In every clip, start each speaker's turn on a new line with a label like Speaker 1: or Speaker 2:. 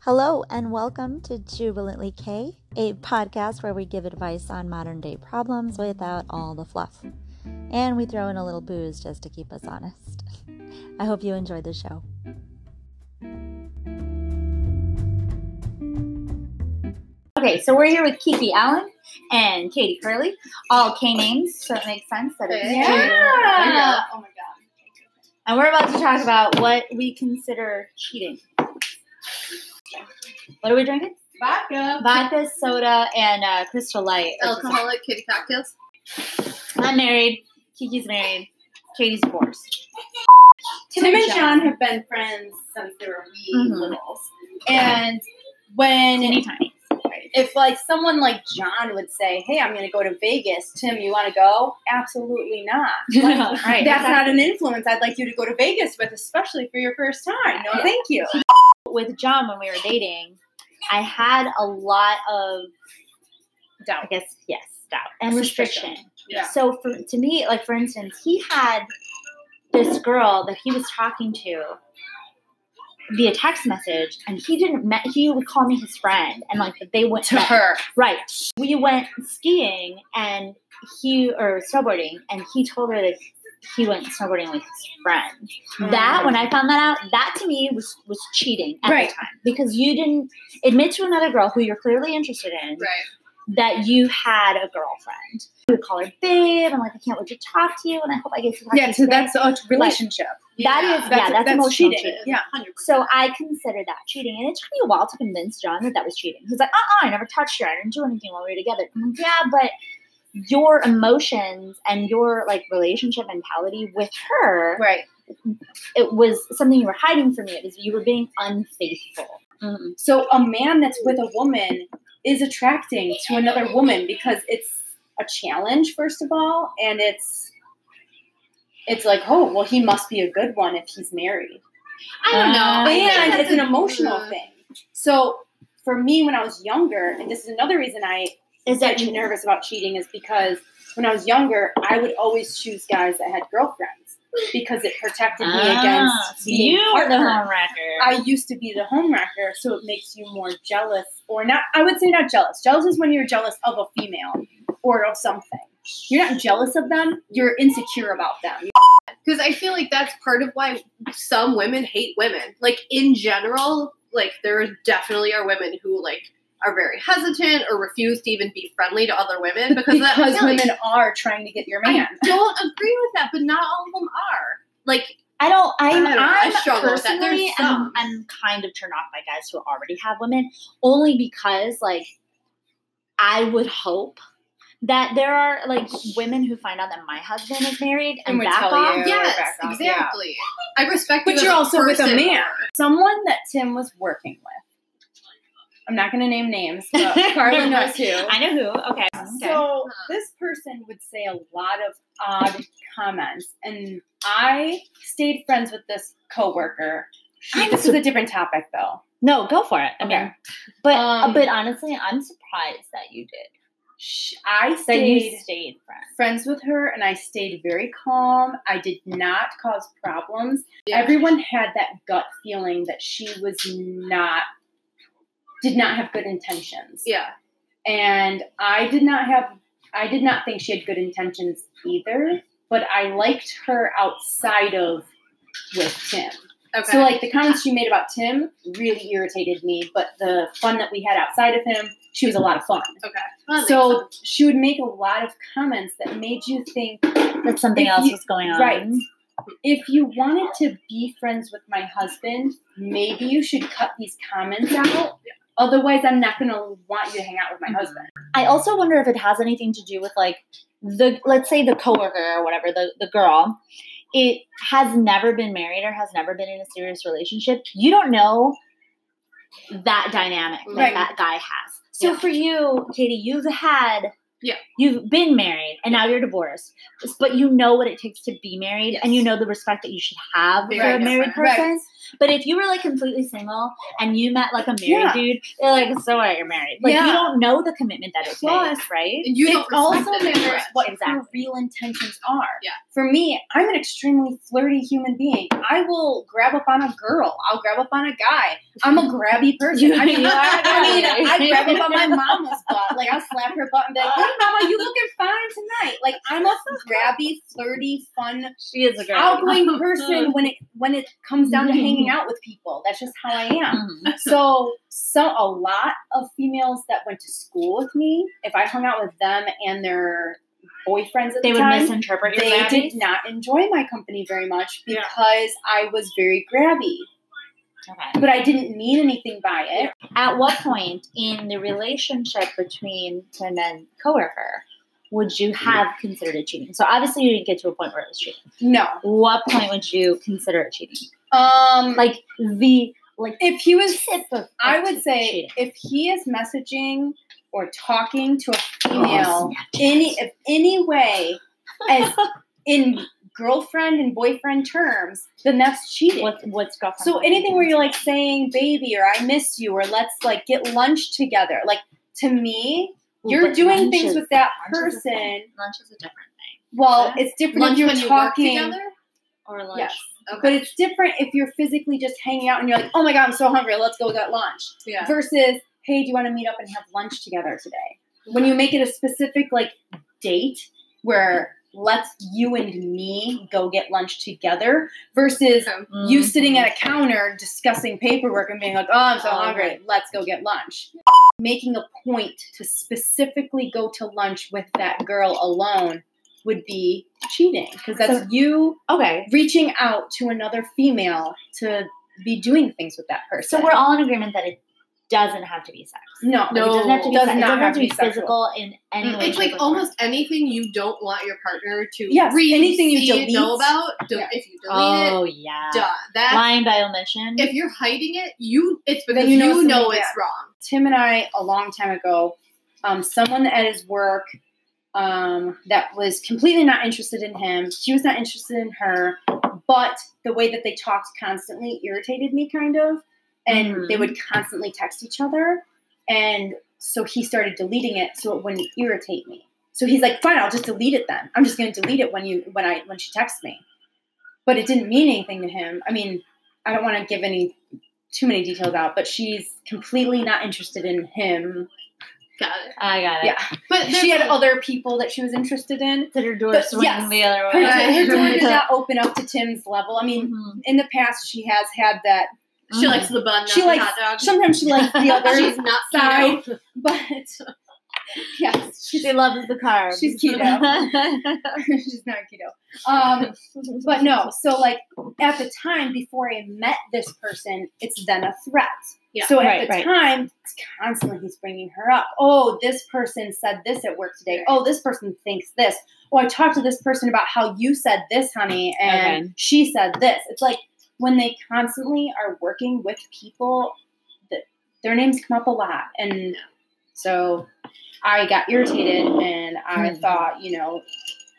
Speaker 1: Hello, and welcome to Jubilantly K, a podcast where we give advice on modern day problems without all the fluff. And we throw in a little booze just to keep us honest. I hope you enjoy the show.
Speaker 2: Okay, so we're here with Kiki Allen and Katie Curley, all K names, so it makes sense that it's
Speaker 3: Yeah.
Speaker 2: Yeah.
Speaker 3: Oh my god.
Speaker 2: And we're about to talk about what we consider cheating. What are we drinking?
Speaker 3: Vodka.
Speaker 2: Vodka, soda, and uh, Crystal Light.
Speaker 3: Oh, Alcoholic kitty cocktails.
Speaker 2: I'm married. Kiki's married. Katie's divorced.
Speaker 3: Tim, and John have been friends since they were wee
Speaker 2: Mhm.
Speaker 3: littles. And when
Speaker 2: Anytime.
Speaker 3: if like someone like John would say, Hey, I'm gonna go to Vegas, Tim, you wanna go? Absolutely not. Like,
Speaker 2: Right.
Speaker 3: That's not an influence I'd like you to go to Vegas with, especially for your first time. No, thank you.
Speaker 2: with John when we were dating, I had a lot of doubt. I guess yes, doubt and
Speaker 3: Suspicion.
Speaker 2: restriction.
Speaker 3: Yeah.
Speaker 2: So for, to me, like for instance, he had this girl that he was talking to via text message, and he didn't. Me- he would call me his friend, and like they went
Speaker 3: To
Speaker 2: met-
Speaker 3: her.
Speaker 2: Right. We went skiing and he or snowboarding, and he told her that he went snowboarding with his friend.
Speaker 3: Mm-hmm. Hmm.
Speaker 2: That when I found that out, that to me was was cheating at
Speaker 3: Right.
Speaker 2: the time because you didn't admit to another girl who you're clearly interested in that you had a girlfriend. You would call her babe. I'm like, I can't wait to talk to you, and I hope I get to talk to
Speaker 3: Yeah,
Speaker 2: you.
Speaker 3: so
Speaker 2: today."
Speaker 3: that's a relationship.
Speaker 2: That is- yeah, that's emotional
Speaker 3: cheating.
Speaker 2: cheating.
Speaker 3: Yeah.
Speaker 2: So I consider that cheating, and it took me a while to convince John that that was cheating. He's like, "Uh, uh I never touched her. I didn't do anything while we were together." I'm like, "Yeah, but your emotions and your like relationship mentality with her,
Speaker 3: Right.
Speaker 2: it was something you were hiding from me. It was you were being unfaithful."
Speaker 3: So a man that's with a woman is attracting to another woman because it's a challenge, first of all, and it's it's like, oh, well, he must be a good one if he's married,
Speaker 2: I don't know. I think
Speaker 3: and
Speaker 2: that's
Speaker 3: it's an emotional thing. So for me, when I was younger, and this is another reason I
Speaker 2: Is
Speaker 3: get
Speaker 2: that
Speaker 3: nervous about cheating is because when I was younger, I would always choose guys that had girlfriends because it protected me
Speaker 2: Ah,
Speaker 3: against being
Speaker 2: you are the
Speaker 3: partnered.
Speaker 2: homewrecker?
Speaker 3: I used to be the homewrecker, so it makes you more jealous, or not. I would say not jealous. Jealous is when you're jealous of a female or of something. You're not jealous of them. You're insecure about them.
Speaker 4: because I feel like that's part of why some women hate women. Like in general, like there definitely are women who like are very hesitant or refuse to even be friendly to other women because, of that
Speaker 3: Because
Speaker 4: feeling.
Speaker 3: women are trying to get your man.
Speaker 4: I don't agree with that, but not all of them are. Like
Speaker 2: I don't. I'm.
Speaker 4: I don't know, I
Speaker 2: I'm
Speaker 4: struggle with that. There's
Speaker 2: personally. I'm,
Speaker 4: some.
Speaker 2: I'm kind of turned off by guys who already have women, only because like I would hope that there are like women who find out that my husband is married and,
Speaker 3: And would
Speaker 2: back
Speaker 3: tell
Speaker 2: off.
Speaker 3: you. Yeah,
Speaker 4: yes,
Speaker 3: back off, yeah.
Speaker 4: exactly. I respect,
Speaker 3: But
Speaker 4: you as
Speaker 3: you're
Speaker 4: a
Speaker 3: also with a
Speaker 4: person.
Speaker 3: man. Someone that Tim was working with. I'm not going to name names, but Carla knows who.
Speaker 2: I know who. Okay. okay.
Speaker 3: So this person would say a lot of odd comments, and I stayed friends with this coworker. She,
Speaker 2: I'm
Speaker 3: this is a different topic, though.
Speaker 2: No, go for it. I
Speaker 3: Okay.
Speaker 2: mean, but
Speaker 3: Um,
Speaker 2: but honestly, I'm surprised that you did.
Speaker 3: Sh I
Speaker 2: That
Speaker 3: stayed
Speaker 2: you stayed friends.
Speaker 3: friends with her, and I stayed very calm. I did not cause problems.
Speaker 4: Yeah.
Speaker 3: Everyone had that gut feeling that she was not, did not have good intentions.
Speaker 4: Yeah,
Speaker 3: and I did not have I did not think she had good intentions either, but I liked her outside of with Tim.
Speaker 4: okay.
Speaker 3: So like the comments she made about Tim really irritated me, but the fun that we had outside of him, she was a lot of fun.
Speaker 4: okay. Well, that makes
Speaker 3: So
Speaker 4: sense.
Speaker 3: she would make a lot of comments that made you think
Speaker 2: That something
Speaker 3: If
Speaker 2: else
Speaker 3: you-
Speaker 2: was going on.
Speaker 3: right. if you wanted to be friends with my husband, maybe you should cut these comments out. Otherwise, I'm not going to want you to hang out with my
Speaker 2: Mhm.
Speaker 3: husband.
Speaker 2: I also wonder if it has anything to do with like the let's say the coworker or whatever the the girl it has never been married or has never been in a serious relationship. You don't know that dynamic that
Speaker 3: Right.
Speaker 2: that guy has. So
Speaker 3: Yeah.
Speaker 2: for you, Katie, you've had
Speaker 4: Yeah.
Speaker 2: You've been married and now you're divorced, but you know what it takes to be married and you
Speaker 4: Yes.
Speaker 2: know the respect that you should have
Speaker 4: Very
Speaker 2: for a married
Speaker 4: different.
Speaker 2: person. But if you were like completely single and you met like a married
Speaker 3: Yeah.
Speaker 2: dude, they're like, so what, you're married. Like you
Speaker 4: Yeah.
Speaker 2: don't know the commitment that it
Speaker 3: Plus,
Speaker 2: takes, right?
Speaker 4: And you
Speaker 3: it
Speaker 4: don't respect
Speaker 3: also
Speaker 4: them
Speaker 3: matters
Speaker 4: anymore.
Speaker 3: what
Speaker 2: Exactly.
Speaker 3: your real intentions are.
Speaker 4: Yeah.
Speaker 3: For me, I'm an extremely flirty human being. I will grab up on a girl. I'll grab up on a guy. I'm a grabby person. I mean,
Speaker 2: You are a
Speaker 3: I mean,
Speaker 2: grabby.
Speaker 3: I grab up on my mama's butt. Like I'll slap her butt and be like, "Hey, mama, you looking fine tonight." Like I'm a grabby, flirty, fun,
Speaker 2: She is a girl.
Speaker 3: outgoing person when it when it comes down to hanging out with people. That's just how I am.
Speaker 2: Mhm.
Speaker 3: So, so a lot of females that went to school with me, if I hung out with them and their boyfriends at
Speaker 2: They
Speaker 3: the
Speaker 2: would
Speaker 3: time,
Speaker 2: misinterpret your
Speaker 3: they
Speaker 2: values.
Speaker 3: did not enjoy my company very much
Speaker 4: Yeah.
Speaker 3: because I was very grabby,
Speaker 2: Okay.
Speaker 3: but I didn't mean anything by it.
Speaker 2: At what point in the relationship between him and coworker would you have considered it cheating? So obviously you didn't get to a point where it was cheating.
Speaker 3: No,
Speaker 2: What point would you consider it cheating?
Speaker 3: um, like
Speaker 2: Like the like
Speaker 3: if he was,
Speaker 2: tip of, of
Speaker 3: I would
Speaker 2: che-
Speaker 3: say
Speaker 2: cheating.
Speaker 3: if he is messaging or talking to a
Speaker 2: Oh,
Speaker 3: female any if any way as in girlfriend and boyfriend terms, then that's cheating.
Speaker 2: what's what's girlfriend?
Speaker 3: So
Speaker 2: boyfriend?
Speaker 3: anything where you're like saying baby or I miss you or let's like get lunch together. Like to me,
Speaker 2: Ooh,
Speaker 3: you're
Speaker 2: but
Speaker 3: doing
Speaker 2: lunch
Speaker 3: things
Speaker 2: is-
Speaker 3: with that
Speaker 2: lunch is a
Speaker 3: person.
Speaker 2: thing. Lunch is a different thing.
Speaker 3: Well,
Speaker 4: Yeah.
Speaker 3: it's different
Speaker 4: Lunch
Speaker 3: if you're
Speaker 4: when you work
Speaker 3: talking.
Speaker 4: together?
Speaker 2: Or lunch.
Speaker 3: Yes.
Speaker 4: Okay.
Speaker 3: But it's different if you're physically just hanging out and you're like, "Oh my god, I'm so hungry. Let's go get lunch."
Speaker 4: yeah.
Speaker 3: Versus, "Hey, do you want to meet up and have lunch together today?" When you make it a specific like date where let's you and me go get lunch together versus
Speaker 4: Okay.
Speaker 3: you
Speaker 2: Mm-hmm.
Speaker 3: sitting at a counter discussing paperwork and being like, oh, I'm so
Speaker 2: Oh,
Speaker 3: hungry,
Speaker 2: right.
Speaker 3: let's go get lunch. Making a point to specifically go to lunch with that girl alone would be cheating because that's
Speaker 2: So-
Speaker 3: you
Speaker 2: okay.
Speaker 3: reaching out to another female to be doing things with that person.
Speaker 2: So we're all in agreement that it doesn't have to be sex.
Speaker 3: no,
Speaker 2: Like, it doesn't have to be,
Speaker 3: does
Speaker 2: sex. It
Speaker 3: not
Speaker 2: doesn't
Speaker 3: have to be sexual.
Speaker 2: physical in any
Speaker 3: Mm,
Speaker 2: way.
Speaker 4: It's like
Speaker 2: shape, or form.
Speaker 4: almost anything you don't want your partner to
Speaker 3: Yes,
Speaker 4: read,
Speaker 3: anything you
Speaker 4: see,
Speaker 3: delete.
Speaker 4: know about. do-
Speaker 3: Yeah.
Speaker 4: If you delete
Speaker 2: Oh yeah.
Speaker 4: it, duh. That
Speaker 2: Lying by omission.
Speaker 4: if you're hiding it, you it's
Speaker 3: Then
Speaker 4: because
Speaker 3: you
Speaker 4: you
Speaker 3: know
Speaker 4: know,
Speaker 3: something-
Speaker 4: it's
Speaker 3: yeah.
Speaker 4: wrong.
Speaker 3: Tim and I a long time ago, um, someone at his work um, that was completely not interested in him. She was not interested in her, but the way that they talked constantly irritated me, kind of. And
Speaker 2: Mhm.
Speaker 3: they would constantly text each other, and so he started deleting it so it wouldn't irritate me. So he's like, "Fine, I'll just delete it then. I'm just going to delete it when you when I when she texts me." But it didn't mean anything to him. I mean, I don't want to give any too many details out, but she's completely not interested in him.
Speaker 4: Got it.
Speaker 2: I got it.
Speaker 3: Yeah.
Speaker 4: But
Speaker 3: She
Speaker 4: there's-
Speaker 3: had other people that she was interested in.
Speaker 2: That her door
Speaker 3: But-
Speaker 2: swinging
Speaker 3: yes.
Speaker 2: the other
Speaker 3: Her,
Speaker 2: way.
Speaker 3: her door did
Speaker 4: Yeah.
Speaker 3: not open up to Tim's level. I mean,
Speaker 2: Mhm.
Speaker 3: in the past, she has had that.
Speaker 4: she likes the bun, not
Speaker 3: Mm-hmm. She
Speaker 4: the
Speaker 3: likes-
Speaker 4: hot dog.
Speaker 3: Sometimes she likes the other
Speaker 4: She's not
Speaker 3: side,
Speaker 4: keto.
Speaker 3: but yes, she's,
Speaker 2: She loves the car.
Speaker 3: She's she's not keto. Um, but no, so like at the time before I met this person, it's then a threat.
Speaker 4: Yeah.
Speaker 3: So at
Speaker 2: Right,
Speaker 3: the
Speaker 2: right.
Speaker 3: time, it's constantly he's bringing her up. Oh, this person said this at work today. Oh, this person thinks this. Oh, I talked to this person about how you said this, honey, and
Speaker 2: Okay.
Speaker 3: she said this. It's like when they constantly are working with people, that their names come up a lot, and so I got irritated and I
Speaker 2: Hmm.
Speaker 3: thought, you know,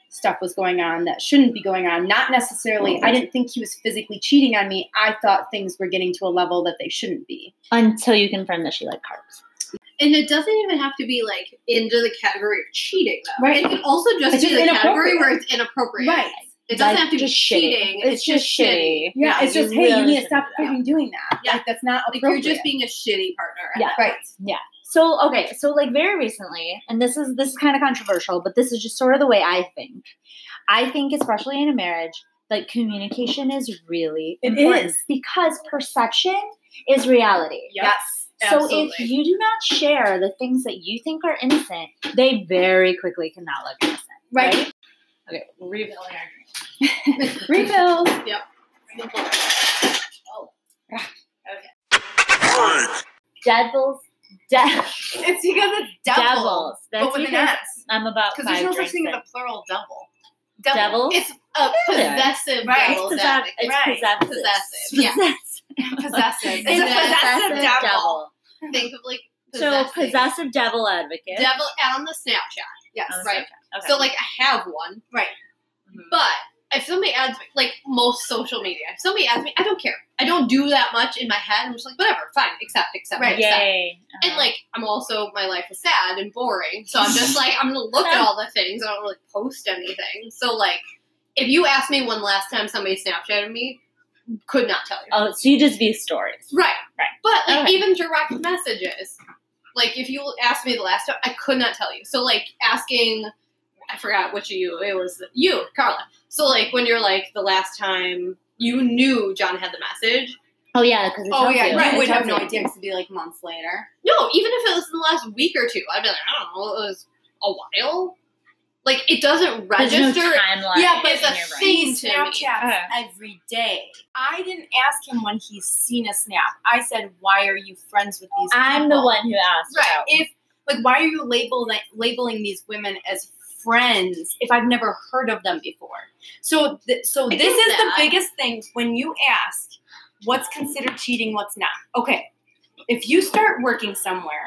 Speaker 3: stuff was going on that shouldn't be going on. Not necessarily, I didn't think he was physically cheating on me. I thought things were getting to a level that they shouldn't be.
Speaker 2: Until you confirm that she liked carbs.
Speaker 4: And it doesn't even have to be like into the category of cheating, though.
Speaker 3: Right.
Speaker 4: It can also just
Speaker 3: It's
Speaker 4: be
Speaker 3: just
Speaker 4: the category
Speaker 3: inappropriate.
Speaker 4: where it's inappropriate. It doesn't
Speaker 2: Like,
Speaker 4: have to be
Speaker 2: just shitty.
Speaker 4: cheating. It's, just, shitty.
Speaker 2: shitty.
Speaker 3: Yeah,
Speaker 4: Yeah,
Speaker 3: it's
Speaker 2: you
Speaker 3: just, hey, you
Speaker 2: really
Speaker 3: need to stop
Speaker 2: shouldn't do that.
Speaker 3: freaking doing that.
Speaker 4: Yeah.
Speaker 3: Like, that's not
Speaker 4: Like
Speaker 3: appropriate.
Speaker 4: you're just being a shitty partner.
Speaker 2: Yeah.
Speaker 3: Right.
Speaker 2: So okay, so like very recently, and this is this is kind of controversial, but this is just sort of the way I think. I think especially in a marriage, like communication is really
Speaker 3: It
Speaker 2: important
Speaker 3: is.
Speaker 2: because perception is reality.
Speaker 4: Yes.
Speaker 2: So if
Speaker 4: absolutely.
Speaker 2: you do not share the things that you think are innocent, they very quickly cannot look innocent.
Speaker 3: Right.
Speaker 2: Okay, refilling our drink.
Speaker 3: Refill.
Speaker 2: Devils, de-
Speaker 3: It's because it's
Speaker 2: devils. That's
Speaker 4: but with an
Speaker 2: because
Speaker 4: S.
Speaker 2: I'm about
Speaker 4: Because
Speaker 2: five
Speaker 4: there's no such
Speaker 2: drinks
Speaker 4: thing as
Speaker 2: in.
Speaker 4: a plural double.
Speaker 2: Devils?
Speaker 4: It's a
Speaker 2: Yeah.
Speaker 4: possessive
Speaker 3: Right.
Speaker 4: double.
Speaker 2: It's
Speaker 4: Devil.
Speaker 2: possess- it's
Speaker 4: right.
Speaker 2: possessive.
Speaker 4: Possessive. Yeah.
Speaker 2: Possess-
Speaker 4: possessive.
Speaker 3: a
Speaker 4: And then
Speaker 3: possessive
Speaker 4: possessive Think of like
Speaker 2: So
Speaker 4: possessive.
Speaker 2: possessive devil advocate.
Speaker 4: Devil on the Snapchat. Yes.
Speaker 2: on
Speaker 4: right.
Speaker 2: Snapchat. Okay.
Speaker 4: So like I have one. Mm-hmm. Right.
Speaker 2: Mhm.
Speaker 4: But if somebody adds me, like most social media, if somebody adds me, I don't care. I don't do that much in my head. I'm just like, whatever, fine, accept, accept,
Speaker 3: Right.
Speaker 4: accept.
Speaker 2: Yay. Uh-huh.
Speaker 4: And like, I'm also my life is sad and boring, so I'm just like, I'm gonna look at all the things. I don't really post anything. So like, if you asked me when last time somebody Snapchatted me, could not tell you.
Speaker 2: oh, so you just view stories.
Speaker 4: right,
Speaker 2: Right.
Speaker 4: But like,
Speaker 2: Okay.
Speaker 4: even direct messages, like if you asked me the last time, I could not tell you. So like, asking, I forgot which of you it was. You, Carla. So like, when you're like the last time you knew John had the message.
Speaker 2: Oh yeah, because
Speaker 3: Oh yeah,
Speaker 4: you.
Speaker 3: you
Speaker 4: Right,
Speaker 3: would
Speaker 4: it
Speaker 3: have no
Speaker 4: tells you.
Speaker 3: idea. 'cause It'd be like months later.
Speaker 4: No, even if it was in the last week or two, I'd be like, I don't know, it was a while. Like it doesn't
Speaker 2: There's
Speaker 4: register.
Speaker 2: no timeline.
Speaker 4: Yeah, but
Speaker 2: in
Speaker 4: it's a
Speaker 2: your brain.
Speaker 4: thing
Speaker 3: He
Speaker 4: to me.
Speaker 3: Snapchats
Speaker 2: Okay.
Speaker 3: every day. I didn't ask him when he's seen a snap. I said, "Why are you friends with these?"
Speaker 2: I'm the
Speaker 3: people?"
Speaker 2: one who asked.
Speaker 3: Right.
Speaker 2: about-
Speaker 3: If like, why are you labeling labeling these women as friends if I've never heard of them before? So, th- so
Speaker 4: I
Speaker 3: this
Speaker 4: get
Speaker 3: is
Speaker 4: that.
Speaker 3: the biggest thing when you ask what's considered cheating, what's not. Okay, if you start working somewhere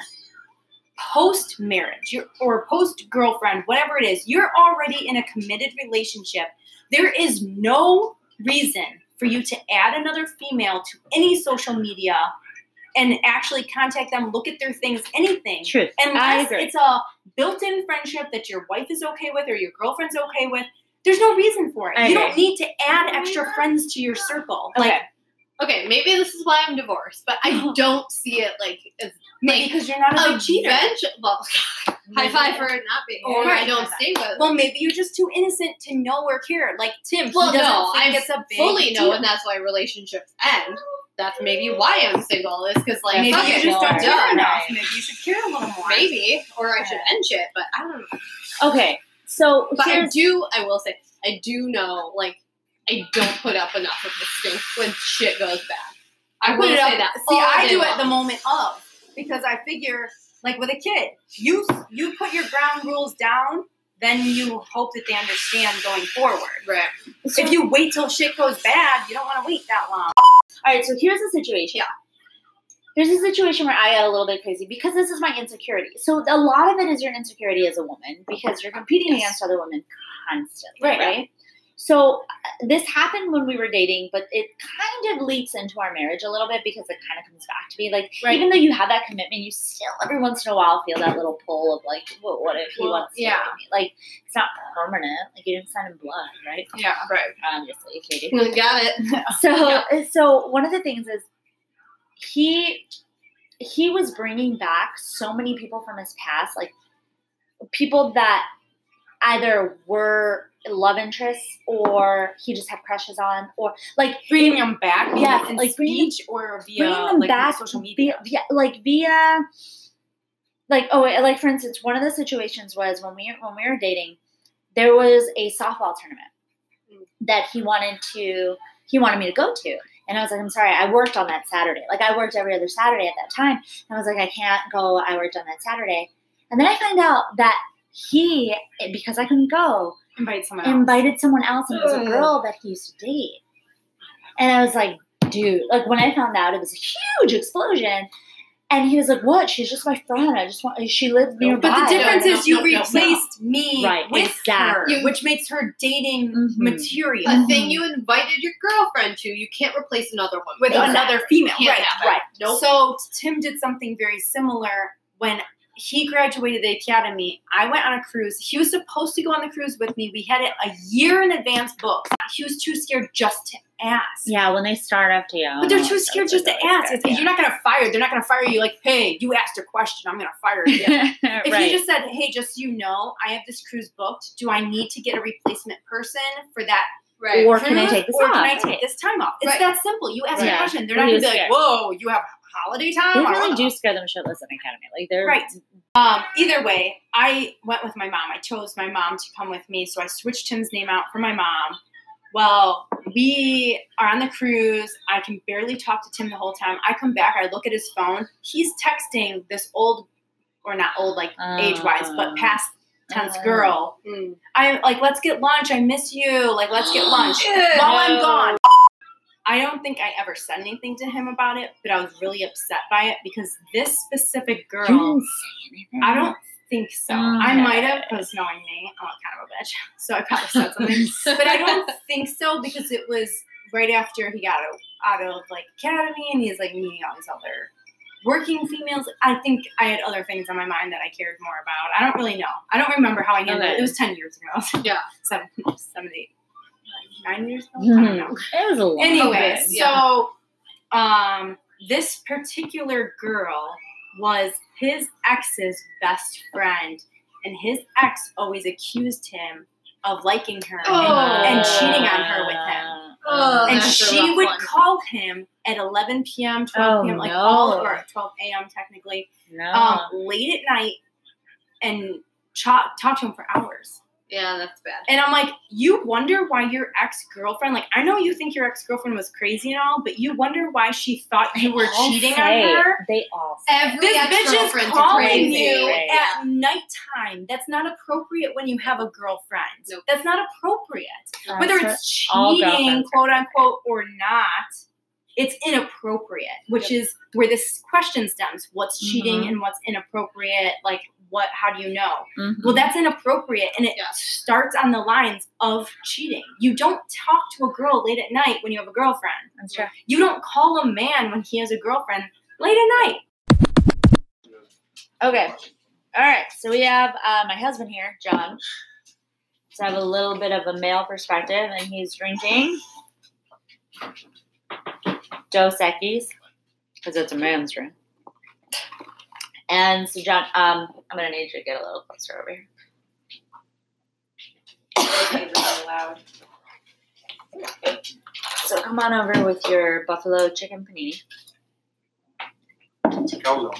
Speaker 3: post marriage or post girlfriend, whatever it is, you're already in a committed relationship. There is no reason for you to add another female to any social media and actually contact them, look at their things, anything.
Speaker 2: Truth. I
Speaker 3: Unless
Speaker 2: agree.
Speaker 3: it's a built-in friendship that your wife is okay with or your girlfriend's okay with, there's no reason for it.
Speaker 2: I
Speaker 3: you
Speaker 2: agree.
Speaker 3: don't need to add extra friends to your circle.
Speaker 2: Okay.
Speaker 3: Like
Speaker 4: Okay, maybe this is why I'm divorced, but I don't see it like as
Speaker 3: maybe because you're not a
Speaker 4: a
Speaker 3: big cheater.
Speaker 4: revenge. Well, high five for not being.
Speaker 3: Or-
Speaker 4: Or I don't stay with.
Speaker 3: Well, maybe you're just too innocent to know or care. Like Tim, he
Speaker 4: Well,
Speaker 3: doesn't
Speaker 4: no,
Speaker 3: think
Speaker 4: I
Speaker 3: it's a big
Speaker 4: fully
Speaker 3: deal.
Speaker 4: know, and that's why relationships end. That's maybe why I'm single. Is because like
Speaker 3: Maybe
Speaker 4: fuck
Speaker 3: you
Speaker 4: it,
Speaker 3: just don't
Speaker 4: I'm
Speaker 3: care
Speaker 4: done.
Speaker 3: enough.
Speaker 2: Right.
Speaker 3: Maybe you should care a little more.
Speaker 4: Maybe, or I should end shit, but I don't know.
Speaker 2: Okay. So
Speaker 4: But I
Speaker 2: here's
Speaker 4: do, I will say, I do know, like, I don't put up enough of the stink when shit goes bad. I will
Speaker 3: Put it up.
Speaker 4: say that.
Speaker 3: See,
Speaker 4: all
Speaker 3: I
Speaker 4: day
Speaker 3: do it
Speaker 4: long.
Speaker 3: the moment of because I figure, like with a kid, you you put your ground rules down, then you hope that they understand going forward.
Speaker 4: Right.
Speaker 3: If you wait till shit goes bad, you don't want to wait that long.
Speaker 2: all right. So here's the situation.
Speaker 4: Yeah.
Speaker 2: Here's a situation where I got a little bit crazy because this is my insecurity. So a lot of it is your insecurity as a woman because you're competing against other women constantly,
Speaker 3: Right.
Speaker 2: So uh, this happened when we were dating, but it kind of leaks into our marriage a little bit because it kind of comes back to me. Like
Speaker 3: Right.
Speaker 2: even though you have that commitment, you still every once in a while feel that little pull of like, well, what if he
Speaker 4: Well,
Speaker 2: wants to
Speaker 4: yeah.
Speaker 2: marry me? Like it's not permanent. Like you didn't sign in blood, right?
Speaker 3: Yeah, right.
Speaker 2: Obviously, Katie
Speaker 4: Got it.
Speaker 2: so so one of the things is he he was bringing back so many people from his past like people that either were love interests or he just had crushes on or like
Speaker 3: Bringing them back,
Speaker 2: Yeah,
Speaker 3: yeah, in
Speaker 2: like bringing-
Speaker 3: speech or via
Speaker 2: bringing them
Speaker 3: like,
Speaker 2: back
Speaker 3: social media.
Speaker 2: via, via- like via like oh like for instance one of the situations was when we when we were dating there was a softball tournament
Speaker 3: Mm.
Speaker 2: that he wanted to he wanted me to go to and i was like i'm sorry i worked on that saturday like i worked every other saturday at that time and i was like i can't go i worked on that saturday and then i find out that he because i couldn't go
Speaker 3: Invite someone else.
Speaker 2: invited someone else and it was a
Speaker 4: Ugh.
Speaker 2: girl that he used to date. And I was like, dude, like when I found out it was a huge explosion. And he was like, what? She's just my friend. I just want she lives nearby.
Speaker 3: But the difference
Speaker 4: No,
Speaker 3: is
Speaker 4: no,
Speaker 3: you
Speaker 4: no, no,
Speaker 3: replaced me
Speaker 2: Right,
Speaker 3: with
Speaker 2: exactly.
Speaker 3: her, which makes her dating
Speaker 2: Mhm.
Speaker 3: material
Speaker 4: A thing you invited your girlfriend to, you can't replace another one
Speaker 3: with
Speaker 2: Exactly.
Speaker 3: another female.
Speaker 4: Can't
Speaker 3: right,
Speaker 4: happen.
Speaker 2: right.
Speaker 4: Nope.
Speaker 3: So Tim did something very similar when he graduated the academy. I went on a cruise. He was supposed to go on the cruise with me. We had it a year in advance booked. He was too scared just to ask.
Speaker 2: Yeah, when they start after you.
Speaker 3: But they're too scared just to ask. It's-
Speaker 2: Yeah.
Speaker 3: You're not gonna fire. They're not gonna fire you. Like, hey, you asked a question. I'm gonna fire you. If
Speaker 2: right.
Speaker 3: he just said, "Hey, just so you know, I have this cruise booked. Do I need to get a replacement person for that
Speaker 4: right.
Speaker 2: Or can I
Speaker 3: cruise?
Speaker 2: take this
Speaker 3: or
Speaker 2: off?
Speaker 3: can I take
Speaker 2: Right.
Speaker 3: this time off?" It's
Speaker 4: Right.
Speaker 3: that simple. You ask
Speaker 2: Right.
Speaker 3: a question. They're
Speaker 2: Well,
Speaker 3: not
Speaker 2: he
Speaker 3: gonna
Speaker 2: was
Speaker 3: be like,
Speaker 2: scared.
Speaker 3: "Whoa, you have holiday time."
Speaker 2: they
Speaker 3: I
Speaker 2: really
Speaker 3: don't know."
Speaker 2: do scare them shitless in academy. Like they're
Speaker 3: Right. Um, either way, I went with my mom. I chose my mom to come with me, so I switched Tim's name out for my mom. Well, we are on the cruise. I can barely talk to Tim the whole time. I come back, I look at his phone. He's texting this old, or not old, like
Speaker 2: Uh,
Speaker 3: age wise, but past tense
Speaker 2: uh.
Speaker 3: girl.
Speaker 4: Mm.
Speaker 3: I'm like, let's get lunch. I miss you. Like, let's get lunch
Speaker 4: Shit.
Speaker 3: while
Speaker 2: No.
Speaker 3: I'm gone. I don't think I ever said anything to him about it, but I was really upset by it because this specific
Speaker 2: You
Speaker 3: girl.
Speaker 2: didn't say anything.
Speaker 3: I don't think so.
Speaker 2: Mm.
Speaker 3: I might have, because knowing me, I'm kind of a bitch, so I probably said something. but I don't think so because it was right after he got out- out of like academy and he's like meeting all these other working females. I think I had other things on my mind that I cared more about. I don't really know. I don't remember how I handled
Speaker 2: Okay.
Speaker 3: it. It was ten years ago.
Speaker 4: Yeah.
Speaker 3: seven, seven, eight, nine years ago. I
Speaker 2: Mm-hmm.
Speaker 3: don't know
Speaker 2: It was a long
Speaker 3: anyway,
Speaker 2: bit, yeah.
Speaker 3: so um, this particular girl was his ex's best friend, and his ex always accused him of liking her.
Speaker 4: Oh.
Speaker 3: and cheating on her with him.
Speaker 4: Oh,
Speaker 3: and
Speaker 4: that's a
Speaker 3: she
Speaker 4: rough
Speaker 3: would
Speaker 4: one.
Speaker 3: call him at 11 p.m., 12
Speaker 2: Oh,
Speaker 3: p.m., like
Speaker 2: no.
Speaker 3: all or at 12 a.m. technically,
Speaker 2: No.
Speaker 3: um,
Speaker 4: Uh-huh.
Speaker 3: late at night, and talk, talk to him for hours.
Speaker 4: Yeah, that's bad.
Speaker 3: And I'm like, you wonder why your ex girlfriend, like, I know you think your ex girlfriend was crazy and all, but you wonder why she thought you were
Speaker 2: All
Speaker 3: cheating
Speaker 2: say-
Speaker 3: on her.
Speaker 2: They all say.
Speaker 4: Every
Speaker 3: This bitch is
Speaker 4: ex-girlfriend's a
Speaker 3: calling
Speaker 4: crazy.
Speaker 3: you
Speaker 2: Right.
Speaker 3: at nighttime. That's not appropriate when you have a girlfriend.
Speaker 4: Nope.
Speaker 3: That's not appropriate.
Speaker 2: That's
Speaker 3: Whether
Speaker 2: what
Speaker 3: it's
Speaker 2: all
Speaker 3: cheating,
Speaker 2: girlfriends are
Speaker 3: quote unquote, or not, it's inappropriate, which is where this question stems. What's
Speaker 4: Mm-hmm.
Speaker 3: cheating
Speaker 2: Mhm.
Speaker 3: and what's inappropriate? Like, what, how do you know?
Speaker 2: Mhm.
Speaker 3: Well, that's inappropriate, and it
Speaker 4: Yeah.
Speaker 3: starts on the lines of cheating. You don't talk to a girl late at night when you have a girlfriend.
Speaker 2: That's right.
Speaker 3: You don't call a man when he has a girlfriend late at night.
Speaker 2: Okay. All right. So we have uh, my husband here, John. So I have a little bit of a male perspective, and he's drinking Dos Equis because it's a man's drink. And so, John, um, I'm gonna need you to get a little closer over here. So come on over with your buffalo chicken panini.
Speaker 5: Calzone.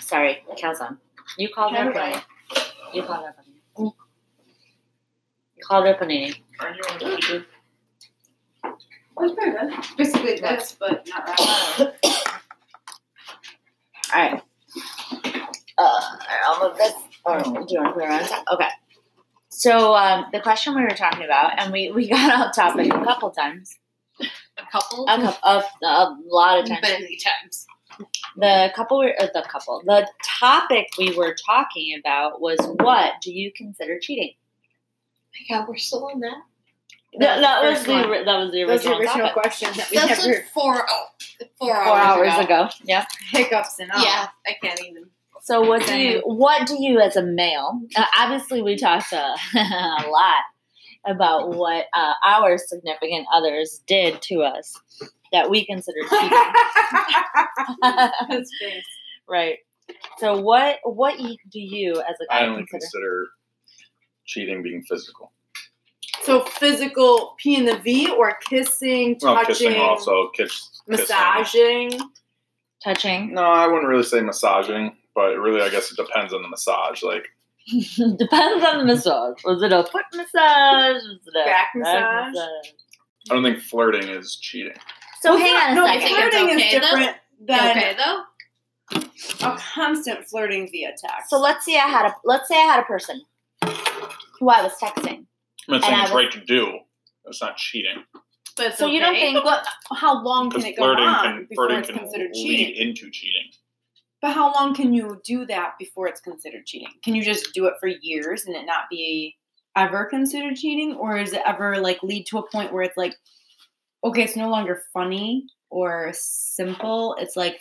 Speaker 2: Sorry, calzone. You called it a
Speaker 3: Calzone.
Speaker 2: panini. You called it a panini. You called it a panini.
Speaker 5: Are you on Twitter?
Speaker 3: That's pretty good.
Speaker 4: Basically this, but not that.
Speaker 2: All right. Uh, all right, I'll move this. Or do you want to put it on top? Okay. So um, the question we were talking about, and we, we got off topic a couple times,
Speaker 4: A couple.
Speaker 2: a, couple, a, a lot of times.
Speaker 4: Many times.
Speaker 2: The couple, we- uh, the couple, the topic we were talking about was what do you consider cheating?
Speaker 4: Yeah, we're still on that.
Speaker 2: That, that was
Speaker 4: First
Speaker 2: the
Speaker 4: one.
Speaker 2: ori- that was the
Speaker 3: That was the
Speaker 2: original,
Speaker 3: original
Speaker 2: topic.
Speaker 3: question that we
Speaker 4: That's
Speaker 3: never
Speaker 4: like four, oh, four
Speaker 2: Four
Speaker 4: hours,
Speaker 2: hours ago. Yeah.
Speaker 3: hiccups and all.
Speaker 4: Yeah, I can't even.
Speaker 2: So what do you what do you as a male? Uh, obviously, we talked a, a lot about what uh, our significant others did to us that we consider cheating,
Speaker 3: His face.
Speaker 2: right? So what what you- do you as a
Speaker 5: I
Speaker 2: guy
Speaker 5: only
Speaker 2: consider?
Speaker 5: consider cheating being physical.
Speaker 4: So physical P and the V or kissing,
Speaker 5: Well, kissing also. Kiss, kissing.
Speaker 2: Touching
Speaker 5: No, I wouldn't really say massaging, but really, I guess it depends on the massage. Like,
Speaker 2: depends on the massage. Was it a foot massage? Was it a
Speaker 3: Back massage?
Speaker 2: massage?
Speaker 5: I don't think flirting is cheating.
Speaker 2: So hang on a
Speaker 4: I
Speaker 2: second.
Speaker 4: think it's
Speaker 3: flirting
Speaker 4: okay,
Speaker 3: is different than
Speaker 4: okay though.
Speaker 3: a constant flirting via text.
Speaker 2: So let's say I had a let's say I had a person who I was texting.
Speaker 5: I'm not
Speaker 2: And
Speaker 5: saying
Speaker 2: I
Speaker 5: it's
Speaker 2: was-
Speaker 5: right to do. It's not cheating.
Speaker 3: But it's
Speaker 2: So you don't
Speaker 3: okay.
Speaker 2: think
Speaker 3: what? How long can
Speaker 5: Because
Speaker 3: it go
Speaker 5: flirting
Speaker 3: on
Speaker 5: can,
Speaker 3: before
Speaker 5: flirting
Speaker 3: it's
Speaker 5: can
Speaker 3: considered
Speaker 5: lead
Speaker 3: cheating?
Speaker 5: into cheating.
Speaker 3: But how long can you do that before it's considered cheating? Can you just do it for years and it not be ever considered cheating, or is it ever like lead to a point where it's like, okay, it's no longer funny or simple? It's like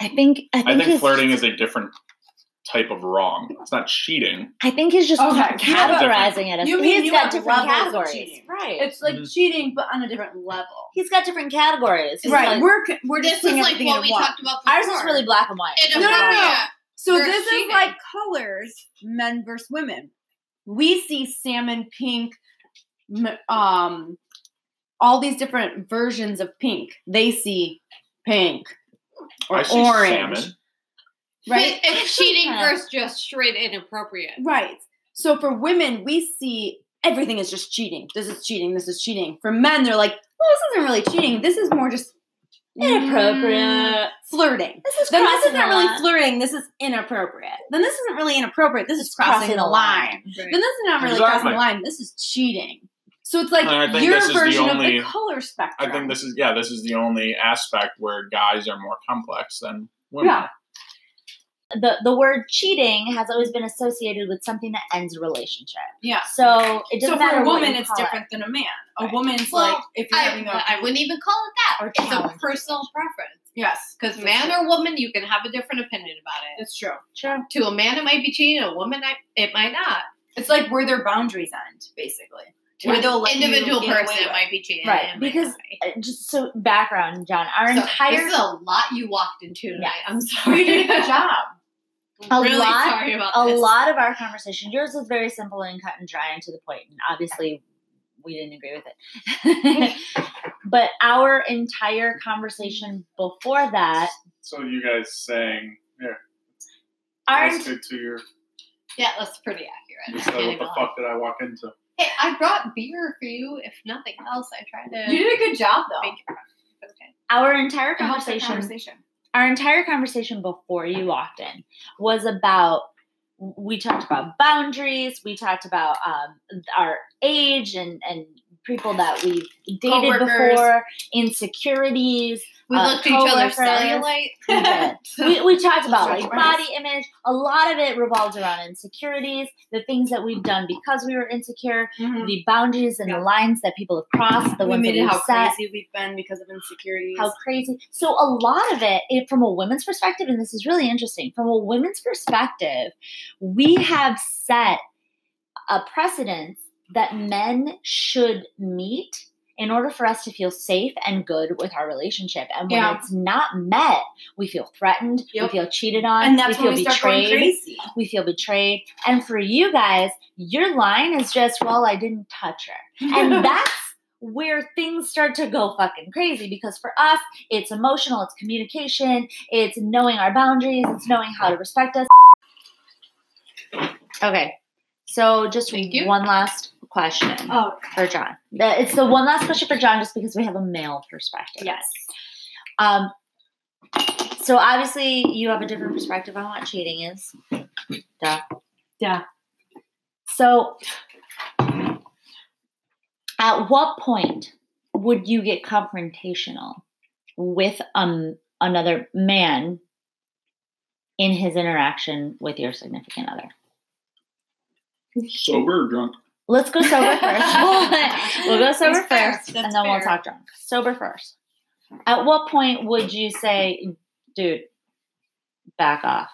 Speaker 2: I think I think,
Speaker 5: I think
Speaker 2: it's-
Speaker 5: flirting is a different type of wrong. It's not cheating.
Speaker 2: I think he's just
Speaker 3: Okay,
Speaker 2: ca-
Speaker 3: you have
Speaker 5: a-
Speaker 2: categorizing it as
Speaker 3: you mean
Speaker 2: he's
Speaker 3: you
Speaker 2: got
Speaker 3: have
Speaker 2: different
Speaker 3: levels of
Speaker 2: categories,
Speaker 3: cheating.
Speaker 2: right?
Speaker 3: it's like
Speaker 5: Mhm.
Speaker 3: cheating, but on a different level.
Speaker 2: he's got different categories, He's
Speaker 3: right,
Speaker 2: Like,
Speaker 3: we're we're just
Speaker 4: This is
Speaker 3: seeing
Speaker 4: like
Speaker 3: everything
Speaker 4: what
Speaker 3: in
Speaker 4: we
Speaker 3: one.
Speaker 4: talked about before.
Speaker 2: ours is really black and white.
Speaker 4: In a
Speaker 3: No, no,
Speaker 4: row.
Speaker 3: no.
Speaker 4: Yeah.
Speaker 3: So
Speaker 4: Or
Speaker 3: this
Speaker 4: cheating.
Speaker 3: is like colors, men versus women. We see salmon pink, m- um, all these different versions of pink. They see pink or
Speaker 5: I see
Speaker 3: orange,
Speaker 5: salmon.
Speaker 3: right?
Speaker 4: It's cheating
Speaker 2: Yeah.
Speaker 4: versus just straight inappropriate.
Speaker 3: right. So for women, we see everything is just cheating. This is cheating. This is cheating. For men, they're like, well, this isn't really cheating. This is more just mm,
Speaker 2: Inappropriate.
Speaker 3: flirting.
Speaker 2: This is
Speaker 3: Then this
Speaker 2: crossing
Speaker 3: isn't
Speaker 2: the
Speaker 3: really
Speaker 2: line.
Speaker 3: flirting. This is inappropriate. Then this isn't really inappropriate. This is
Speaker 2: It's crossing
Speaker 3: crossing,
Speaker 2: the
Speaker 3: the
Speaker 2: line.
Speaker 3: line. Then this is not really
Speaker 5: Exactly.
Speaker 3: crossing the line. This is cheating. So it's like
Speaker 5: I think
Speaker 3: your
Speaker 5: this is the
Speaker 3: version
Speaker 5: only-
Speaker 3: of the color spectrum.
Speaker 5: I think this is yeah, this is the only aspect where guys are more complex than women.
Speaker 3: Yeah.
Speaker 2: the the word cheating has always been associated with something that ends a relationship.
Speaker 3: Yeah.
Speaker 2: So it doesn't
Speaker 3: so for
Speaker 2: matter
Speaker 3: a
Speaker 2: what
Speaker 3: woman,
Speaker 2: you
Speaker 3: it's
Speaker 2: call it.
Speaker 3: different than a man. A
Speaker 2: Right.
Speaker 3: woman's
Speaker 4: Well,
Speaker 3: like if you're having a
Speaker 4: I, I wouldn't even call it that.
Speaker 2: Or
Speaker 4: it's a
Speaker 2: challenge.
Speaker 4: personal preference.
Speaker 3: yes,
Speaker 4: Because man or woman, you can have a different opinion about it.
Speaker 3: it's true.
Speaker 2: Sure.
Speaker 4: To a man, it might be cheating. A woman, I, it might not.
Speaker 3: It's like where their boundaries end, basically.
Speaker 4: To
Speaker 3: Where
Speaker 4: an
Speaker 3: they'll let you
Speaker 4: individual
Speaker 3: get away
Speaker 4: person,
Speaker 3: with.
Speaker 4: it might be cheating.
Speaker 2: Right,
Speaker 4: it might
Speaker 2: because
Speaker 4: not be.
Speaker 2: Uh, Just so background, John. Our
Speaker 4: So,
Speaker 2: entire
Speaker 4: this is a lot you walked into tonight.
Speaker 2: Yes.
Speaker 4: I'm
Speaker 3: You
Speaker 4: sorry.
Speaker 3: did a good job.
Speaker 2: A
Speaker 4: really
Speaker 2: lot-
Speaker 4: sorry about
Speaker 2: a
Speaker 4: this.
Speaker 2: lot of our conversation yours was very simple and cut and dry and to the point and obviously we didn't agree with it but our entire conversation before that
Speaker 5: So you guys saying, yeah,
Speaker 2: our
Speaker 5: let's stick to your.
Speaker 4: Yeah, that's pretty
Speaker 5: You
Speaker 4: accurate. I
Speaker 5: said,
Speaker 4: can't
Speaker 5: what the
Speaker 4: even lie.
Speaker 5: fuck did I walk into?
Speaker 4: Hey, I brought beer for you. If nothing else, I tried to.
Speaker 3: You did a good job though.
Speaker 4: make it okay.
Speaker 2: our entire
Speaker 3: It helped the
Speaker 2: conversation our entire conversation before you walked in was about we talked about boundaries we talked about um, our age and and people that we've dated
Speaker 4: Coworkers.
Speaker 2: before insecurities
Speaker 4: We
Speaker 2: Uh,
Speaker 4: looked at each other's
Speaker 2: coworkers.
Speaker 4: cellulite.
Speaker 2: we did.
Speaker 4: So-
Speaker 2: we, we talked about like
Speaker 3: Right.
Speaker 2: body image. A lot of it revolves around insecurities, the things that we've done because we were insecure,
Speaker 4: Mm-hmm.
Speaker 3: Mhm.
Speaker 2: the boundaries and the lines that people have crossed, the
Speaker 3: we
Speaker 2: ones that
Speaker 3: made it
Speaker 2: we've
Speaker 3: how
Speaker 2: set.
Speaker 3: crazy we've been because of insecurities.
Speaker 2: How crazy. So, a lot of it, it, from a woman's perspective, and this is really interesting, from a woman's perspective, we have set a precedence that men should meet in order for us to feel safe and good with our relationship. And when
Speaker 3: Yeah.
Speaker 2: it's not met, we feel threatened,
Speaker 3: Yep.
Speaker 2: we feel cheated on,
Speaker 3: and that's
Speaker 2: we feel
Speaker 3: when we start
Speaker 2: betrayed
Speaker 3: going crazy.
Speaker 2: we feel betrayed. And for you guys, your line is just, well, I didn't touch her. And that's where things start to go fucking crazy because for us, it's emotional, it's communication, it's knowing our boundaries, it's knowing how to respect us. Okay. So just
Speaker 4: Thank you.
Speaker 2: one last question
Speaker 3: oh
Speaker 2: for John. The- It's the one last question for John just because we have a male perspective.
Speaker 3: yes.
Speaker 2: Um, so obviously, you have a different perspective on what cheating is. Duh.
Speaker 3: Duh.
Speaker 2: So, at what point would you get confrontational with um another man in his interaction with your significant other?
Speaker 5: Sober or drunk?
Speaker 2: Let's go sober first. we'll go sober
Speaker 3: That's fair.
Speaker 2: first,
Speaker 3: That's
Speaker 2: and then we'll
Speaker 3: fair.
Speaker 2: talk drunk. Sober first. At what point would you say, dude, back off?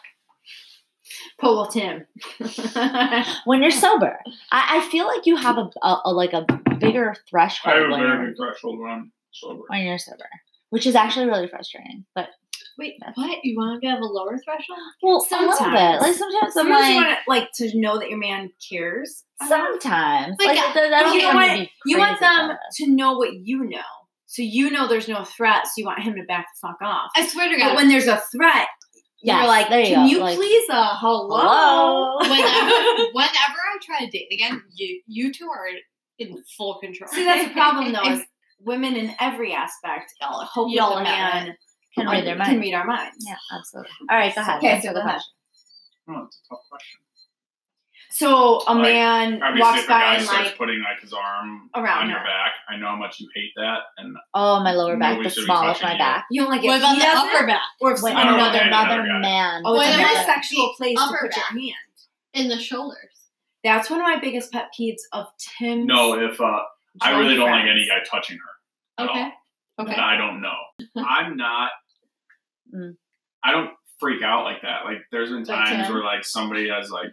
Speaker 3: Pull Tim.
Speaker 2: When you're sober, I, I feel like you have a, a, a- like a bigger
Speaker 5: I have
Speaker 2: threshold
Speaker 5: a
Speaker 2: when
Speaker 5: very
Speaker 2: you're,
Speaker 5: big threshold when I'm sober.
Speaker 2: when you're sober, which is actually really frustrating. But
Speaker 4: Wait, what? You want to have a lower threshold?
Speaker 2: well, a little bit.
Speaker 3: Sometimes.
Speaker 2: Like sometimes I'm
Speaker 3: Sometimes you
Speaker 2: like,
Speaker 3: want to, like to know that your man cares.
Speaker 2: sometimes
Speaker 4: Like,
Speaker 2: like, th- I don't
Speaker 3: uh, you
Speaker 2: think I'm
Speaker 3: want-
Speaker 2: gonna be
Speaker 3: You want
Speaker 2: crazy about
Speaker 3: them
Speaker 2: it.
Speaker 3: to know what you know, so you know there's no threat. So you want him to back the fuck off.
Speaker 4: I swear to
Speaker 3: But
Speaker 4: God,
Speaker 3: when there's a threat,
Speaker 2: Yes,
Speaker 3: you're like,
Speaker 2: there you
Speaker 3: "Can
Speaker 2: go,
Speaker 3: you
Speaker 2: like,
Speaker 3: please, uh, hello?"
Speaker 2: hello?"
Speaker 4: whenever, whenever I try to date again, you you two are in full control.
Speaker 3: See, that's the problem though. Is women in every aspect uh, hope
Speaker 4: Y'all
Speaker 3: that a
Speaker 4: are
Speaker 3: man
Speaker 2: can read their
Speaker 3: can
Speaker 2: mind.
Speaker 3: read our minds.
Speaker 2: Yeah, absolutely. All right, go ahead.
Speaker 3: Okay,
Speaker 2: Answer
Speaker 3: so
Speaker 2: the
Speaker 3: go ahead.
Speaker 2: question.
Speaker 5: Oh, it's a tough question.
Speaker 3: So a
Speaker 5: Like,
Speaker 3: man
Speaker 5: Obviously,
Speaker 3: walks
Speaker 5: if a guy
Speaker 3: by and
Speaker 5: starts
Speaker 3: like,
Speaker 5: putting like his arm
Speaker 3: around
Speaker 5: on your
Speaker 3: her. Mm-hmm.
Speaker 5: back, I know how much you hate that, and
Speaker 2: Oh, my lower back,
Speaker 5: Nobody
Speaker 2: the
Speaker 5: should be
Speaker 2: small of
Speaker 5: touching
Speaker 2: my
Speaker 5: you.
Speaker 2: back.
Speaker 3: you don't like it.
Speaker 4: What about
Speaker 3: he
Speaker 4: the
Speaker 3: doesn't,
Speaker 4: upper back?
Speaker 3: Or if
Speaker 2: When
Speaker 5: No,
Speaker 3: another
Speaker 5: yeah,
Speaker 3: man.
Speaker 5: yeah.
Speaker 2: another
Speaker 5: guy.
Speaker 2: man.
Speaker 3: Oh, it's
Speaker 4: What
Speaker 3: another
Speaker 4: about
Speaker 3: sexual
Speaker 4: the
Speaker 3: place to
Speaker 4: upper
Speaker 3: put your
Speaker 4: back?
Speaker 3: hand.
Speaker 4: in the shoulders.
Speaker 3: That's one of my biggest pet peeves of Tim's.
Speaker 5: no, if uh, I really don't like any
Speaker 3: girlfriends.
Speaker 5: guy touching her. At
Speaker 4: Okay.
Speaker 5: All.
Speaker 4: Okay.
Speaker 5: And I don't know. I'm not.
Speaker 2: Mm.
Speaker 5: I don't freak out like that. Like there's been
Speaker 4: Like
Speaker 5: times
Speaker 4: Tim?
Speaker 5: where like somebody has like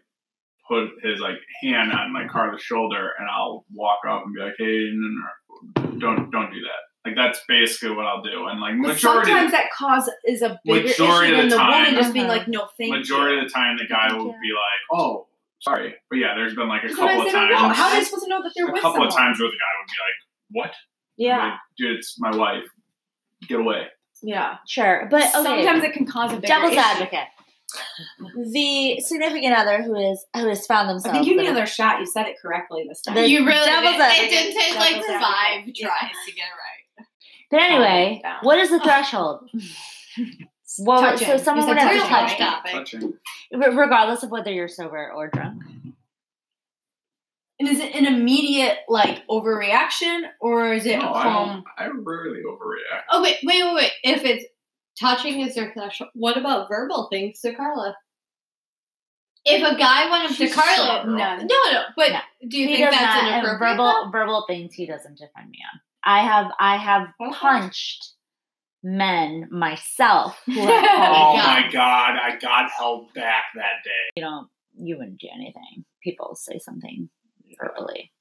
Speaker 5: put his like hand on like Carla's shoulder, and I'll walk up and be like, "Hey, no, no, no, don't don't do that." Like that's basically what I'll do. And like
Speaker 3: But
Speaker 5: majority
Speaker 3: sometimes that cause is a bigger
Speaker 5: Majority
Speaker 3: issue
Speaker 5: of
Speaker 3: than
Speaker 5: the
Speaker 3: the woman
Speaker 5: time.
Speaker 3: just being
Speaker 2: Uh-huh.
Speaker 3: like, "No, thank
Speaker 5: majority
Speaker 3: you."
Speaker 5: of the time, the guy
Speaker 2: Thank
Speaker 5: will
Speaker 2: you.
Speaker 5: be like, "Oh, sorry," but yeah, there's been like a
Speaker 3: That's what
Speaker 5: couple
Speaker 3: I
Speaker 5: of
Speaker 3: said, I don't know.
Speaker 5: times.
Speaker 3: How are they supposed to know that they're
Speaker 5: a
Speaker 3: with
Speaker 5: couple
Speaker 3: someone?
Speaker 5: of times where the guy would be like, "What?"
Speaker 3: Yeah,
Speaker 5: Like, dude, it's my wife. Get away.
Speaker 3: yeah.
Speaker 2: Sure, but okay.
Speaker 3: sometimes it can cause a bigger
Speaker 2: devil's
Speaker 3: issue.
Speaker 2: advocate. The significant other who is who has found
Speaker 3: I
Speaker 2: themselves.
Speaker 3: think you
Speaker 2: in
Speaker 3: need
Speaker 2: a-
Speaker 3: another shot. You said it correctly this time.
Speaker 2: The
Speaker 4: you really
Speaker 2: devil's
Speaker 4: did. It
Speaker 2: advocate.
Speaker 4: didn't take like
Speaker 3: Devil's
Speaker 4: five
Speaker 3: advocate.
Speaker 4: tries to get it
Speaker 2: But anyway,
Speaker 3: Calm down.
Speaker 2: what is the threshold? Well,
Speaker 3: Touching.
Speaker 2: so someone
Speaker 3: You
Speaker 2: would have
Speaker 4: right.
Speaker 3: said
Speaker 2: to
Speaker 4: Real
Speaker 3: touching.
Speaker 2: touch
Speaker 4: life
Speaker 3: Touching.
Speaker 2: them,
Speaker 4: topic.
Speaker 5: Touching.
Speaker 2: re- regardless of whether you're sober or drunk.
Speaker 3: And is it an immediate like overreaction or is it
Speaker 5: No,
Speaker 3: a
Speaker 5: Oh, I
Speaker 3: calm?
Speaker 5: don't- I rarely overreact.
Speaker 4: Oh wait, wait, wait, wait. If it's touching is their threshold, what about verbal things to Carla? if a guy went up to
Speaker 5: She's a strong
Speaker 4: Carla,
Speaker 5: girl.
Speaker 3: None.
Speaker 4: no, no. But
Speaker 2: No.
Speaker 4: do you
Speaker 2: he
Speaker 4: think
Speaker 2: does
Speaker 4: that's
Speaker 2: not and
Speaker 4: inappropriate?
Speaker 2: verbal verbal things he doesn't defend me on. I have I have punched men myself. Who have
Speaker 5: Oh
Speaker 2: called me
Speaker 5: my
Speaker 2: guns.
Speaker 5: god, I got held back that day.
Speaker 2: You don't you wouldn't do anything. People say something verbally.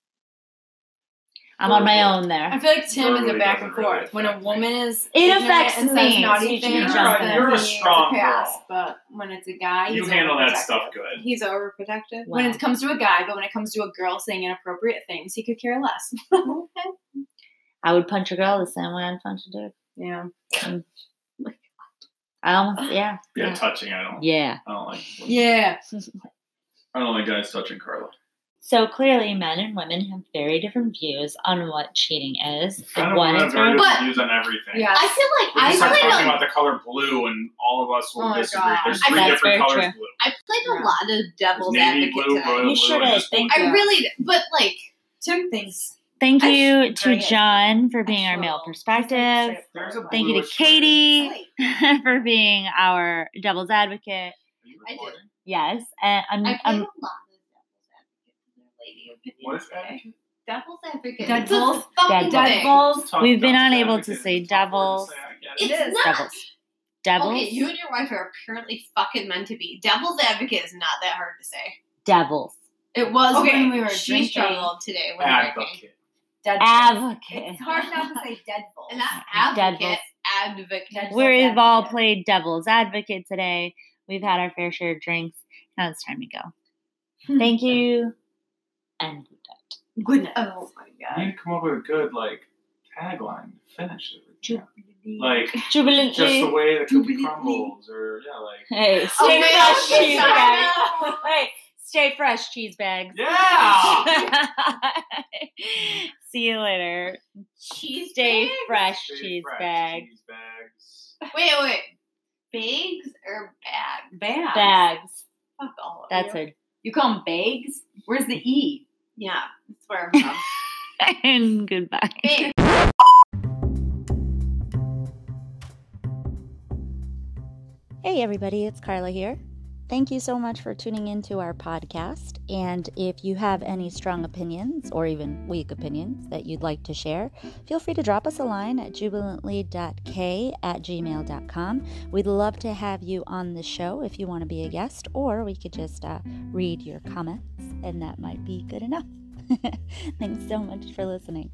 Speaker 2: I'm on my own
Speaker 4: I
Speaker 2: there.
Speaker 4: feel like
Speaker 5: Tim is a back and forth. When a woman
Speaker 4: is
Speaker 2: It affects
Speaker 4: and
Speaker 2: me.
Speaker 4: says naughty
Speaker 2: Teach
Speaker 4: things,
Speaker 2: me,
Speaker 5: You're,
Speaker 2: Jonathan.
Speaker 5: a, you're a
Speaker 3: It's
Speaker 5: strong
Speaker 3: pass,
Speaker 5: girl.
Speaker 3: But when it's a guy,
Speaker 5: You
Speaker 3: he's
Speaker 5: handle that
Speaker 3: overprotective.
Speaker 5: stuff good.
Speaker 3: He's overprotective. When
Speaker 2: Wow.
Speaker 3: it comes to a guy, but when it comes to a girl saying inappropriate things, he could care less.
Speaker 2: I would punch a girl the same way I'd punch a dude. Mm.
Speaker 3: yeah.
Speaker 2: I almost yeah.
Speaker 5: Yeah, touching. I don't.
Speaker 2: Yeah.
Speaker 5: I don't like.
Speaker 3: Yeah.
Speaker 5: I don't like guys touching Carla.
Speaker 2: So clearly men and women have very different views on what cheating is.
Speaker 5: I
Speaker 2: Like,
Speaker 5: don't
Speaker 2: one
Speaker 5: have
Speaker 2: is
Speaker 5: very
Speaker 2: very-
Speaker 5: different
Speaker 4: But-
Speaker 5: views on everything.
Speaker 3: Yeah.
Speaker 4: I feel
Speaker 5: We
Speaker 4: like I
Speaker 5: just start
Speaker 4: played
Speaker 5: talking
Speaker 4: a,
Speaker 5: about the color blue, and all of us will
Speaker 3: Oh my
Speaker 5: disagree.
Speaker 3: God.
Speaker 5: There's
Speaker 4: I
Speaker 5: three
Speaker 4: said
Speaker 2: that's
Speaker 5: different
Speaker 2: very
Speaker 5: colors:
Speaker 2: true.
Speaker 5: blue,
Speaker 4: I played
Speaker 3: Yeah.
Speaker 4: a lot of devil's
Speaker 5: navy
Speaker 4: advocate
Speaker 5: blue,
Speaker 4: tonight.
Speaker 5: royal
Speaker 2: You
Speaker 5: blue.
Speaker 2: sure
Speaker 5: and
Speaker 2: did.
Speaker 5: just
Speaker 2: Thank
Speaker 5: purple.
Speaker 2: you.
Speaker 4: I really did, but like
Speaker 3: Tim thinks.
Speaker 2: Thank
Speaker 4: I
Speaker 2: you to
Speaker 3: bring it.
Speaker 2: John for being our
Speaker 3: Actual-
Speaker 2: male perspective.
Speaker 5: There's a
Speaker 2: Thank you to
Speaker 5: bluish red.
Speaker 2: Katie for being our devil's advocate.
Speaker 5: Are you
Speaker 4: I did.
Speaker 5: recording?
Speaker 2: Yes, and I'm,
Speaker 4: I
Speaker 3: um,
Speaker 4: played
Speaker 2: I'm
Speaker 4: a lot of devil's advocate to their lady
Speaker 5: What
Speaker 4: opinions
Speaker 5: is that?
Speaker 4: today. Devil's advocate.
Speaker 3: Devil's-
Speaker 4: It's a fucking
Speaker 2: dead
Speaker 4: thing.
Speaker 2: bulls.
Speaker 5: Tough
Speaker 2: We've been
Speaker 5: devil's
Speaker 2: unable to
Speaker 5: advocate.
Speaker 2: say
Speaker 5: It's a tough word
Speaker 2: devils,
Speaker 5: to say, I get it.
Speaker 4: It's not.
Speaker 2: devils, devils,
Speaker 4: Okay, you and your wife are apparently fucking meant to be. Devil's advocate is not that hard to say.
Speaker 2: devils.
Speaker 3: It was
Speaker 4: okay,
Speaker 3: when we were
Speaker 4: she
Speaker 3: drinking.
Speaker 4: struggled today when drinking.
Speaker 5: Advocate.
Speaker 3: Dead
Speaker 2: Advocate.
Speaker 3: It's hard not to say dead bull.
Speaker 4: And that advocate, advocate.
Speaker 3: Devil's
Speaker 2: We've
Speaker 3: advocate.
Speaker 2: all played devil's advocate today. We've had our fair share of drinks. Now it's time to go.
Speaker 4: Hmm.
Speaker 2: Thank you, and
Speaker 3: Good night.
Speaker 4: Oh my god.
Speaker 5: You need to come up with a good like tagline to finish it. Like just the
Speaker 2: jubilantly.
Speaker 5: way the cookie crumbles, or yeah, like
Speaker 2: Hey,
Speaker 4: Oh
Speaker 2: stay
Speaker 4: my
Speaker 2: fresh,
Speaker 4: God,
Speaker 2: cheese
Speaker 4: sorry.
Speaker 2: bags. Wait, stay fresh, cheese bags.
Speaker 5: yeah.
Speaker 2: See you later.
Speaker 4: Cheese
Speaker 2: Stay
Speaker 4: bags?
Speaker 2: fresh,
Speaker 5: Stay
Speaker 2: cheese
Speaker 5: fresh,
Speaker 2: bags.
Speaker 5: cheese bags.
Speaker 4: Wait, wait. Bags or bags?
Speaker 3: Bad.
Speaker 2: Bags.
Speaker 4: Fuck all of
Speaker 2: That's
Speaker 4: you.
Speaker 2: it.
Speaker 3: You call them bags? Where's the E?
Speaker 4: Yeah.
Speaker 3: That's where I'm from.
Speaker 2: and goodbye.
Speaker 4: Bags.
Speaker 1: Hey, everybody, it's Carla here. Thank you so much for tuning into our podcast. And if you have any strong opinions or even weak opinions that you'd like to share, feel free to drop us a line at jubilantly.k at gmail.com. We'd love to have you on the show if you want to be a guest, or we could just uh, read your comments, and that might be good enough. Thanks so much for listening.